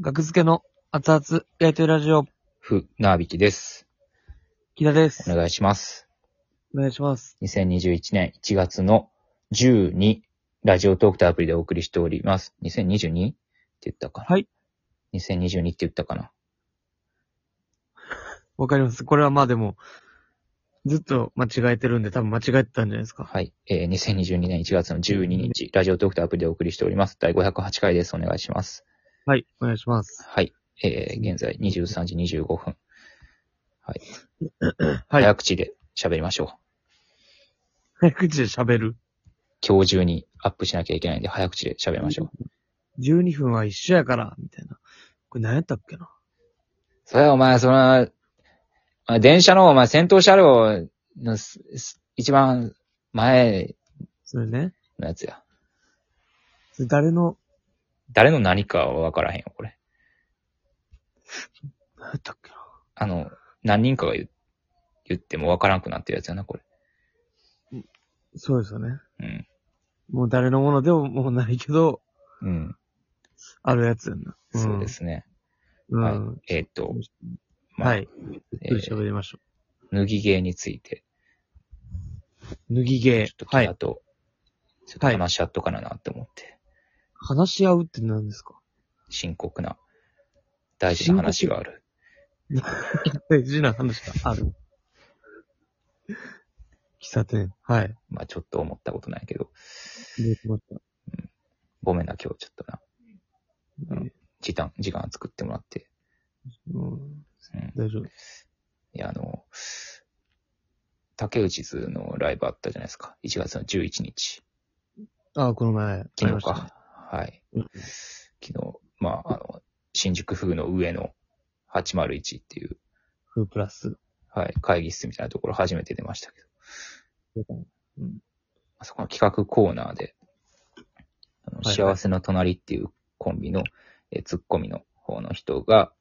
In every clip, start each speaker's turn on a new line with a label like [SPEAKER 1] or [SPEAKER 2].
[SPEAKER 1] 学付けの熱々焼いてるラジオ、
[SPEAKER 2] ふ、なびきです。
[SPEAKER 1] 木田です。
[SPEAKER 2] お願いします。
[SPEAKER 1] お願いします。
[SPEAKER 2] 2021年1月の12、ラジオトークというアプリでお送りしております。2022? って言ったかな
[SPEAKER 1] はい。
[SPEAKER 2] 2022って言ったかな
[SPEAKER 1] わかります。これはまあでも、ずっと間違えてるんで多分間違えてたんじゃないですか。
[SPEAKER 2] はい。えー、2022年1月の12日、ラジオトークというアプリでお送りしております。第508回です。お願いします。
[SPEAKER 1] はい、お願いします。
[SPEAKER 2] はい。えー、現在23時25分。
[SPEAKER 1] はい、
[SPEAKER 2] 早口で喋りましょう。
[SPEAKER 1] 早口で喋る。
[SPEAKER 2] 今日中にアップしなきゃいけないんで、早口で喋りましょう。
[SPEAKER 1] 12分は一緒やから、みたいな。これ何やったっけな。
[SPEAKER 2] それはお前、その、あ電車のお前、先頭車両のすす一番前
[SPEAKER 1] それね。
[SPEAKER 2] のやつや。
[SPEAKER 1] それ誰の、
[SPEAKER 2] 誰の何かは分からへんよ、これ。
[SPEAKER 1] 何やったっけな。
[SPEAKER 2] あの、何人かが言う言っても分からんくなってるやつやな、これ。
[SPEAKER 1] そうですよね。
[SPEAKER 2] うん。
[SPEAKER 1] もう誰のものでももうないけど、
[SPEAKER 2] うん。
[SPEAKER 1] あるやつやんな。ん
[SPEAKER 2] そうで。すね。
[SPEAKER 1] うん。
[SPEAKER 2] はい
[SPEAKER 1] は
[SPEAKER 2] えーっと、まあ、
[SPEAKER 1] い。ゆっくり喋りましょ
[SPEAKER 2] 脱ぎ芸について、
[SPEAKER 1] う。脱ぎ
[SPEAKER 2] ちょ
[SPEAKER 1] 芸
[SPEAKER 2] っと。
[SPEAKER 1] は
[SPEAKER 2] 聞い
[SPEAKER 1] い
[SPEAKER 2] た。と、ちょっと話し合っとかななって思って、
[SPEAKER 1] 話し合うって何ですか
[SPEAKER 2] 深刻な、大事な話がある。
[SPEAKER 1] 大事な話がある。喫茶店。はい。
[SPEAKER 2] まあ、ちょっと思ったことないけど、
[SPEAKER 1] できました。
[SPEAKER 2] ごめんな、今日ちょっとな、
[SPEAKER 1] うん
[SPEAKER 2] 時間、時間作ってもらって。
[SPEAKER 1] うん、
[SPEAKER 2] うん
[SPEAKER 1] 大丈夫。
[SPEAKER 2] いや、あの、竹内図のライブあったじゃないですか。1月の11日。
[SPEAKER 1] ああ、この前。
[SPEAKER 2] 昨日
[SPEAKER 1] ありまし
[SPEAKER 2] か。はい。
[SPEAKER 1] うん
[SPEAKER 2] 昨日、まあ、あの、新宿風の上の801っていう、
[SPEAKER 1] た。フープラス。
[SPEAKER 2] はい、会議室みたいなところ初めて出ましたけど、
[SPEAKER 1] うん
[SPEAKER 2] あそこの企画コーナーで、あの
[SPEAKER 1] はいはい
[SPEAKER 2] 幸せの隣っていうコンビの、えーツッコミの方の人が、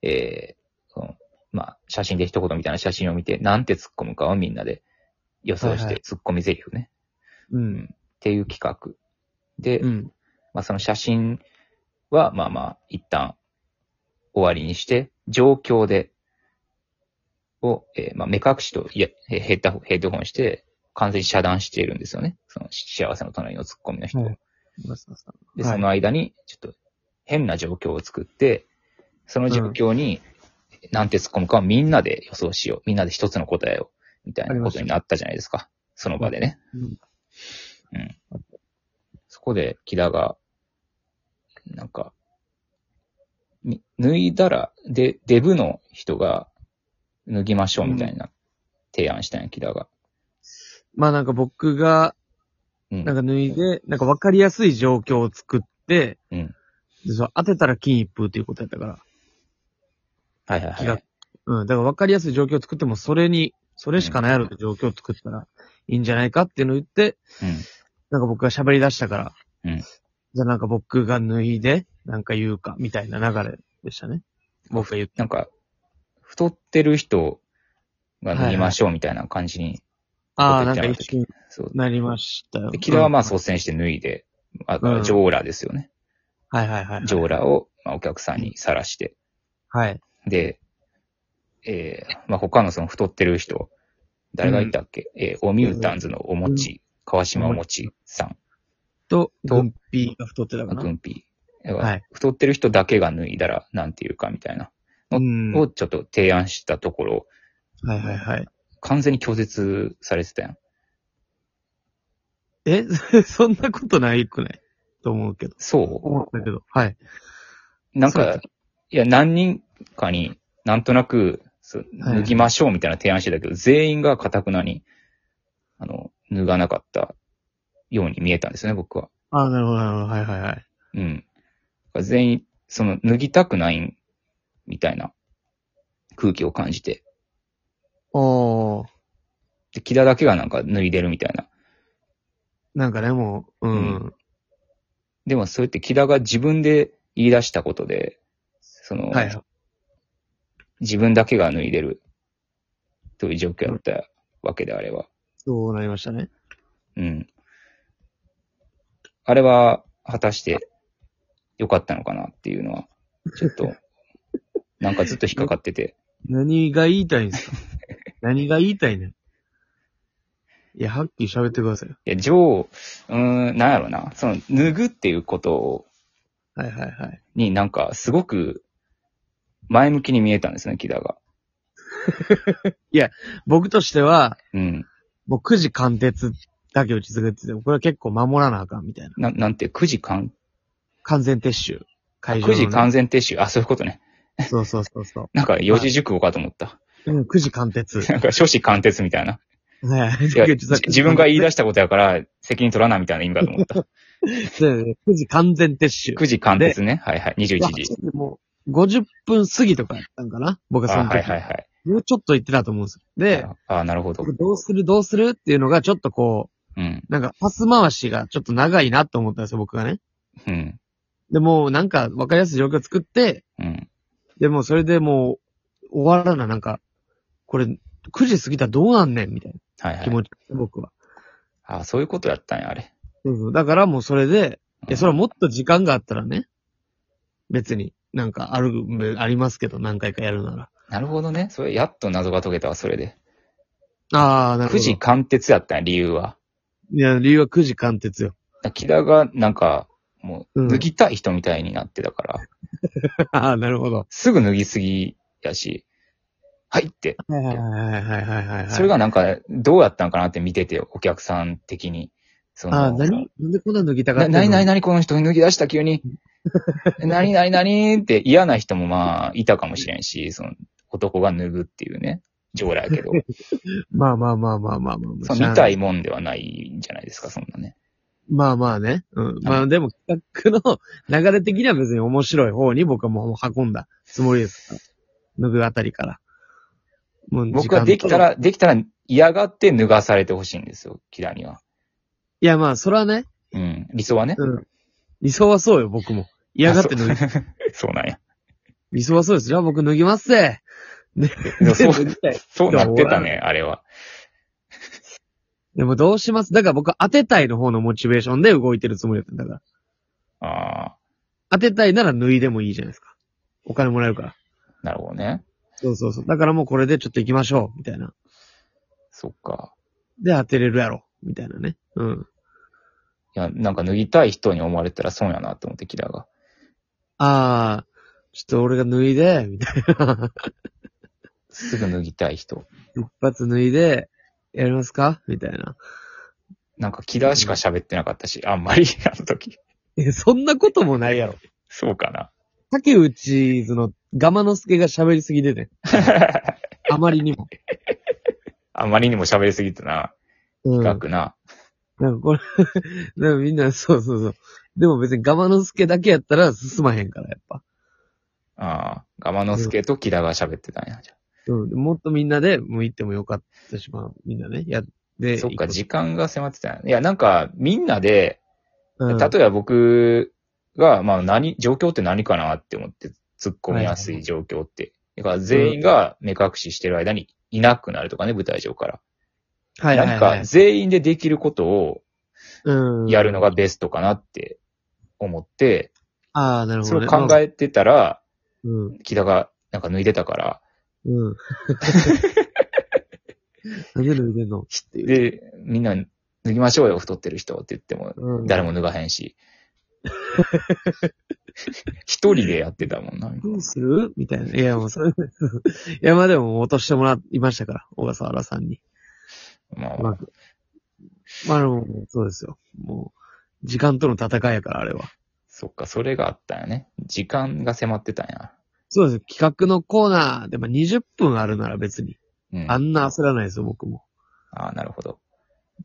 [SPEAKER 2] えーそのまあ、写真で一言みたいな写真を見て、なんてツッコむかをみんなで予想して、
[SPEAKER 1] はいはい
[SPEAKER 2] ツッコミ台詞ね。
[SPEAKER 1] うん。
[SPEAKER 2] っていう企画。で、
[SPEAKER 1] うん。
[SPEAKER 2] まあその写真は、まあまあ、一旦終わりにして、状況で、を、えーまあ目隠しといやえーヘッダヘッドホンして、完全に遮断しているんですよね。その幸せの隣のツッコミの人を。
[SPEAKER 1] はいマスターさん
[SPEAKER 2] で、
[SPEAKER 1] はい
[SPEAKER 2] その間に、ちょっと変な状況を作って、その状況に、なんて突っ込むかをみんなで予想しよう。みんなで一つの答えを、みたいなことになったじゃないですか。その場でね。
[SPEAKER 1] うん
[SPEAKER 2] うん。そこで、木田が、なんか、に脱いだら、で、デブの人が脱ぎましょうみたいな提案したんや、木田が。
[SPEAKER 1] まあなんか僕が、
[SPEAKER 2] うん
[SPEAKER 1] なんか脱いで、なんかわかりやすい状況を作って、
[SPEAKER 2] うん
[SPEAKER 1] でそう当てたら金一封っていうことやったから。
[SPEAKER 2] はいはい
[SPEAKER 1] 木
[SPEAKER 2] は
[SPEAKER 1] 田
[SPEAKER 2] い。
[SPEAKER 1] うん。だからわかりやすい状況を作っても、それに、それしかないやろって状況を作ったらいいんじゃないかっていうのを言って、なんか僕が喋り出したから、
[SPEAKER 2] うん
[SPEAKER 1] じゃあなんか僕が脱いで、なんか言うか、みたいな流れでしたね。僕が言っ
[SPEAKER 2] なんか、太ってる人が脱ぎましょうみたいな感じに
[SPEAKER 1] ああ、
[SPEAKER 2] 僕
[SPEAKER 1] な
[SPEAKER 2] 言
[SPEAKER 1] ん
[SPEAKER 2] って
[SPEAKER 1] か一
[SPEAKER 2] なかった
[SPEAKER 1] 緒に
[SPEAKER 2] そう。
[SPEAKER 1] なりましたよ。
[SPEAKER 2] で、キラはまあ
[SPEAKER 1] う
[SPEAKER 2] 率先して脱いで、あ
[SPEAKER 1] うん
[SPEAKER 2] ジョーラですよね。
[SPEAKER 1] ん。はいはいはい。
[SPEAKER 2] ジョーラを、まあ、お客さんにさらして。
[SPEAKER 1] はい。
[SPEAKER 2] で、えー、まあ、他のその太ってる人、誰がいたっけ、えー、オミュータンズのおもち、川島おもちさん、
[SPEAKER 1] と、
[SPEAKER 2] と
[SPEAKER 1] グンピーが太ってたか
[SPEAKER 2] グ
[SPEAKER 1] な。
[SPEAKER 2] ンピー。だから
[SPEAKER 1] はい。
[SPEAKER 2] 太ってる人だけが脱いだら、なんていうかみたいな、
[SPEAKER 1] う
[SPEAKER 2] の
[SPEAKER 1] ん。は
[SPEAKER 2] をちょっと提案したところ、
[SPEAKER 1] いはいはい。
[SPEAKER 2] 完全に拒絶されてたやん。
[SPEAKER 1] え、 そんなことないくないと思うけど。
[SPEAKER 2] そう
[SPEAKER 1] 思ったけど。はい。
[SPEAKER 2] なん
[SPEAKER 1] そうだ
[SPEAKER 2] か、いや、何人かになんとなく、そう
[SPEAKER 1] はい
[SPEAKER 2] 脱ぎましょうみたいな提案してたけど、全員がかたくなに、あの、脱がなかったように見えたんですね、僕は。
[SPEAKER 1] ああ、なるほどなるほど。はいはいはい。
[SPEAKER 2] うん。全員、その、脱ぎたくないん、みたいな空気を感じて。
[SPEAKER 1] おー。
[SPEAKER 2] で、木田だけがなんか脱いでるみたいな。
[SPEAKER 1] なんかね、もう、うん。
[SPEAKER 2] でも、そうやって木田が自分で言い出したことで、その、
[SPEAKER 1] はい。
[SPEAKER 2] 自分だけが脱いでる、という状況だったわけであれば。
[SPEAKER 1] そうなりましたね。
[SPEAKER 2] うん。あれは、果たして、良かったのかなっていうのは、ちょっと、なんかずっと引っかかってて。
[SPEAKER 1] 何が言いたいんですか何が言いたいねん。いや、はっきり喋ってくださいよ。
[SPEAKER 2] いや、ジョー、うーん、なんやろな。その、脱ぐっていうこと
[SPEAKER 1] はいはいはい。
[SPEAKER 2] になんか、すごく、前向きに見えたんですね、木田が。
[SPEAKER 1] 僕としては、
[SPEAKER 2] うん。
[SPEAKER 1] もう9時貫徹だけ打ち続けてて、これは結構守らなあかんみたいな。
[SPEAKER 2] な、なんて、9時間、
[SPEAKER 1] 完全撤収。会場の、
[SPEAKER 2] 9
[SPEAKER 1] ね。
[SPEAKER 2] 時完全撤収。あ、そういうことね。
[SPEAKER 1] そうそうそうそ
[SPEAKER 2] なんか、四字熟語かと思った。
[SPEAKER 1] う。うん、9時貫 徹。
[SPEAKER 2] なんか、諸子貫徹みたいな。
[SPEAKER 1] はい
[SPEAKER 2] いやじ自分が言い出したことやから、責任取らなみたいな意味かと思った。
[SPEAKER 1] 9時完全撤収。
[SPEAKER 2] 9時貫徹ね。はいはい。21
[SPEAKER 1] い
[SPEAKER 2] 時。
[SPEAKER 1] やもう、50分過ぎとかやったんかな僕
[SPEAKER 2] あ、
[SPEAKER 1] はその時。
[SPEAKER 2] はいはいはい。
[SPEAKER 1] もうちょっと言ってたと思うんですよ。で、
[SPEAKER 2] あ、なるほど。
[SPEAKER 1] 僕どうするどうするっていうのがちょっとこ
[SPEAKER 2] うん。
[SPEAKER 1] う、なんかパス回しがちょっと長いなと思ったんですよ、僕がね。
[SPEAKER 2] うん。
[SPEAKER 1] で、もうなんか分かりやすい状況作って、
[SPEAKER 2] うん。
[SPEAKER 1] で、もうそれでもう終わらな、なんか、これ、9時過ぎたらどうなんねんみたい
[SPEAKER 2] はい
[SPEAKER 1] な
[SPEAKER 2] は
[SPEAKER 1] 気
[SPEAKER 2] い。
[SPEAKER 1] 持ち、僕は。
[SPEAKER 2] あ、そういうことやったんや、あれ。
[SPEAKER 1] そうそうだからもうそれで、
[SPEAKER 2] うん
[SPEAKER 1] いや、それはもっと時間があったらね、別になんかある、ありますけど、何回かやるなら。
[SPEAKER 2] なるほどね。それ、やっと謎が解けたわ、それで。
[SPEAKER 1] ああ、なるほ
[SPEAKER 2] 9
[SPEAKER 1] ど。
[SPEAKER 2] 時貫徹やったんや、理由は。
[SPEAKER 1] いや、理由は9時貫徹よ。
[SPEAKER 2] 木田が、なんか、も
[SPEAKER 1] う
[SPEAKER 2] う、
[SPEAKER 1] ん
[SPEAKER 2] 脱ぎたい人みたいになってたから、
[SPEAKER 1] ああ、なるほど。
[SPEAKER 2] すぐ脱ぎすぎやし、はいって。
[SPEAKER 1] はいはいはいはいはいはいはい。
[SPEAKER 2] それがなんか、どうやったんかなって見てて、お客さん的に。その
[SPEAKER 1] ああ、何なんでこんな脱ぎたがっ
[SPEAKER 2] な、
[SPEAKER 1] てんの
[SPEAKER 2] なになになにこの人脱ぎ出した 急に。なになになにって嫌な人もまあ、いたかもしれんし、その、男が脱ぐっていうね、条例や けど、
[SPEAKER 1] まあまあまあまあまあまあ。
[SPEAKER 2] そ
[SPEAKER 1] しゃ
[SPEAKER 2] の
[SPEAKER 1] あ
[SPEAKER 2] 見
[SPEAKER 1] な
[SPEAKER 2] た
[SPEAKER 1] い
[SPEAKER 2] いもんではないんじゃないですか、そんなね。
[SPEAKER 1] まあまあね。うん。まあでも企画の流れ的には別に面白い方に僕はもう運んだつもりですから。脱ぐあたりから。もう時間と
[SPEAKER 2] 僕はできた。ら、できたら嫌がって脱がされてほしいんですよ、キラには。
[SPEAKER 1] いやまあ、それはね、
[SPEAKER 2] うん。理想はね。
[SPEAKER 1] うん。理想はそうよ、僕も。嫌がって脱
[SPEAKER 2] あ
[SPEAKER 1] ぐ。
[SPEAKER 2] そう そ うなんや。
[SPEAKER 1] 理想はそうです。じゃあ僕脱ぎますぜ。
[SPEAKER 2] でもそ
[SPEAKER 1] 脱
[SPEAKER 2] う
[SPEAKER 1] ぎたい
[SPEAKER 2] そうなってたね、あれは。
[SPEAKER 1] でもどうしますだから僕は当てたいの方のモチベーションで動いてるつもりだったんだから。
[SPEAKER 2] あ
[SPEAKER 1] 当てたいなら脱いでもいいじゃないですか。お金もらえるから。
[SPEAKER 2] あ、なるほどね。
[SPEAKER 1] そうそうそう。だからもうこれでちょっと行きましょう、みたいな。
[SPEAKER 2] そっか。
[SPEAKER 1] で、当てれるやろ、みたいなね。うん。
[SPEAKER 2] いや、なんか脱ぎたい人に思われたら損やなと思って、キラが。
[SPEAKER 1] あー、ちょっと俺が脱いで、みたいな。
[SPEAKER 2] すぐ脱ぎたい人。
[SPEAKER 1] 一発脱いで、やりますかみたいな。
[SPEAKER 2] なんか、木田しか喋ってなかったし、あんまり、あ の時。
[SPEAKER 1] え、そんなこともないやろ。
[SPEAKER 2] そうかな。
[SPEAKER 1] 竹内図のガマノスケが喋りすぎでね。あまりにも。
[SPEAKER 2] あまりにも喋りすぎたな。
[SPEAKER 1] うん。な
[SPEAKER 2] 深
[SPEAKER 1] んか
[SPEAKER 2] くな。
[SPEAKER 1] これ、 なんかみんな、そうそうそう。でも別にガマノスケだけやったら進まへんから、やっぱ。
[SPEAKER 2] ああ、ガマノスケと木田が喋ってたんや。じゃ
[SPEAKER 1] うん。もっとみんなで、もう行ってもよかったし、まあ、みんなね、やって。
[SPEAKER 2] あそっか、時間が迫ってたんや。いや、なんか、みんなで、
[SPEAKER 1] うん、
[SPEAKER 2] 例えば僕が、まあ何、状況って何かなって思って突っ込みやすい状況って。だから全員が目隠ししてる間にいなくなるとかね、舞台上から。
[SPEAKER 1] はいはいはい、
[SPEAKER 2] なんか全員でできることを
[SPEAKER 1] うん。
[SPEAKER 2] やるのがベストかなって思って、
[SPEAKER 1] ああ、なるほ
[SPEAKER 2] そ
[SPEAKER 1] ど、
[SPEAKER 2] れ
[SPEAKER 1] ね。
[SPEAKER 2] を考えてたら、
[SPEAKER 1] うん。
[SPEAKER 2] 木田がなんか脱いでたから、
[SPEAKER 1] うん。なんで脱いでんのっていう。
[SPEAKER 2] で、みんな脱ぎましょうよ、太ってる人って言っても、
[SPEAKER 1] うん、
[SPEAKER 2] 誰も脱がへんし。 一人でやってたもんな。
[SPEAKER 1] どうするみたいな。いや、もうそ れ、いや、まあでも落としてもらいましたから、小笠原さんに。
[SPEAKER 2] まあ
[SPEAKER 1] まあ、まあでも、そうですよ。もう、時間との戦いやから、あれは。
[SPEAKER 2] そっか、それがあったんやね。時間が迫ってたんや。
[SPEAKER 1] そうですよ。企画のコーナーで、まあ20分あるなら別に。
[SPEAKER 2] うん。
[SPEAKER 1] あんな焦らないですよ、僕も。
[SPEAKER 2] ああ、なるほど。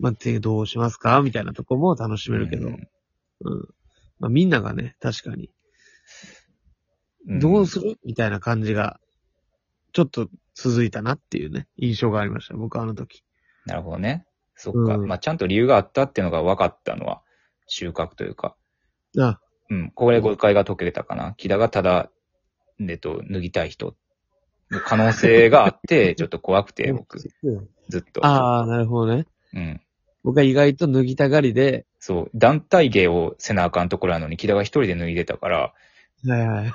[SPEAKER 1] まあ、てどうしますかみたいなとこも楽しめるけど。う
[SPEAKER 2] う
[SPEAKER 1] んん。まあみんながね、確かに。
[SPEAKER 2] ん
[SPEAKER 1] どうするみたいな感じが、ちょっと続いたなっていうね、印象がありました、僕はあの時。
[SPEAKER 2] なるほどね。そっか。
[SPEAKER 1] うん
[SPEAKER 2] まあ、ちゃんと理由があったっていうのが分かったのは、収穫というか。
[SPEAKER 1] あ、
[SPEAKER 2] うん。これ誤解が解けたかな。木田がただ、えっと、脱ぎたい人。の可能性があって、ちょっと怖くて、僕、ずっと。
[SPEAKER 1] ああ、なるほどね。
[SPEAKER 2] うん。
[SPEAKER 1] 僕は意外と脱ぎたがりで、
[SPEAKER 2] そう。団体芸をせなあかんところなのに、木田が一人で脱いでたから、
[SPEAKER 1] はいはい。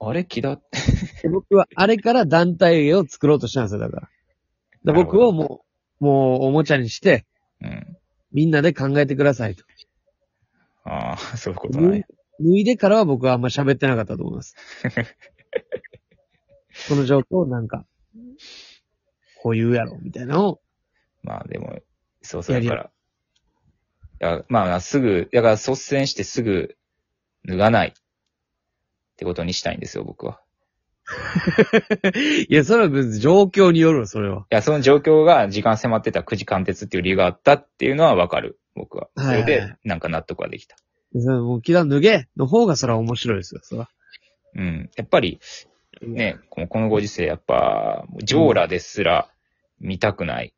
[SPEAKER 2] あれ気だって。
[SPEAKER 1] で僕はあれから団体芸を作ろうとしたんですよ、だから。で
[SPEAKER 2] なるほど
[SPEAKER 1] 僕をもう、もうおもちゃにして、
[SPEAKER 2] うん。
[SPEAKER 1] みんなで考えてくださいと。
[SPEAKER 2] ああ、 そういうことだ
[SPEAKER 1] 脱い
[SPEAKER 2] ね。
[SPEAKER 1] 脱いでからは僕はあんま喋ってなかったと思い ます。この状況をなんか、こう言うやろ、みたいなのを。
[SPEAKER 2] まあでも、そうそうだから。いや、まあすぐ、だから率先してすぐ脱がないってことにしたいんですよ、僕は。
[SPEAKER 1] いや、それは別に状況によるわ、それは。
[SPEAKER 2] いや、その状況が時間迫ってた9時間鉄っていう理由があったっていうのはわかる、僕は。そ
[SPEAKER 1] はいはい
[SPEAKER 2] れで、なんか納得ができた。
[SPEAKER 1] でそのもう気だ脱げの方がそれは面白いですよ、それは。
[SPEAKER 2] うん。やっぱり、ね、このこのご時世、やっぱ、ジョーラですら見たく ない。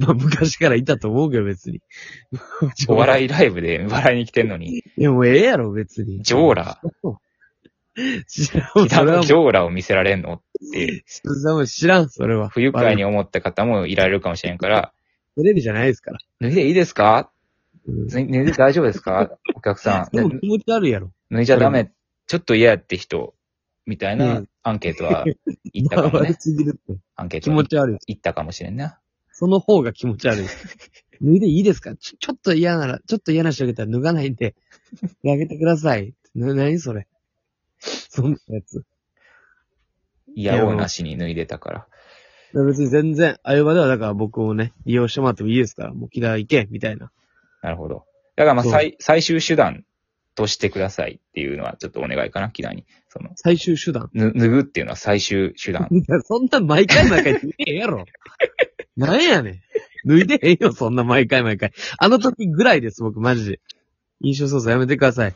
[SPEAKER 1] まあ昔からいたと思うけど、別に。
[SPEAKER 2] お笑いライブで笑いに来てんの に、
[SPEAKER 1] い。いや、もうええやろ、別に。
[SPEAKER 2] ジョーラ、
[SPEAKER 1] 知らん、
[SPEAKER 2] 北
[SPEAKER 1] それは
[SPEAKER 2] の
[SPEAKER 1] もう
[SPEAKER 2] ジョーラを見せられんのって、
[SPEAKER 1] 知らん、知らん、それは。
[SPEAKER 2] 不愉快に思った方もいられるかもしれんから、
[SPEAKER 1] テレビじゃないですから。
[SPEAKER 2] 脱いでいいですか
[SPEAKER 1] うん
[SPEAKER 2] 脱い脱いで大丈夫ですかお客 さん。
[SPEAKER 1] でも気持ち悪いやろ。
[SPEAKER 2] 脱いじゃダメ。ちょっと嫌やって人、みたいうなんアンケートは言った かも
[SPEAKER 1] 回り
[SPEAKER 2] ね。
[SPEAKER 1] すぎるって。
[SPEAKER 2] アンケー
[SPEAKER 1] 気
[SPEAKER 2] トは
[SPEAKER 1] 持ち悪い。
[SPEAKER 2] 言ったかもしれんな。
[SPEAKER 1] その方が気持ち悪い。脱いでいいですかちょ、ちょっと嫌なら、ちょっと嫌な人がいたら脱がないんで、あげてください。な、なにそれ。そんなやつ。
[SPEAKER 2] いや、おうなしに脱いでたから。
[SPEAKER 1] 別に全然、ああいう場ではだから僕をね、利用してもらってもいいですから、もう木田行け、みたいな。
[SPEAKER 2] なるほど。だからまあ
[SPEAKER 1] そう
[SPEAKER 2] 最、最終手段としてくださいっていうのはちょっとお願いかな、キダに。その、
[SPEAKER 1] 最終手段。
[SPEAKER 2] ぬ脱ぐっていうのは最終手段。
[SPEAKER 1] いやそんな毎回毎回言ってねえやろ。なんやねん。脱いでへんよ、そんな毎回毎回。あの時ぐらいです、僕、マジで。印象操作やめてください。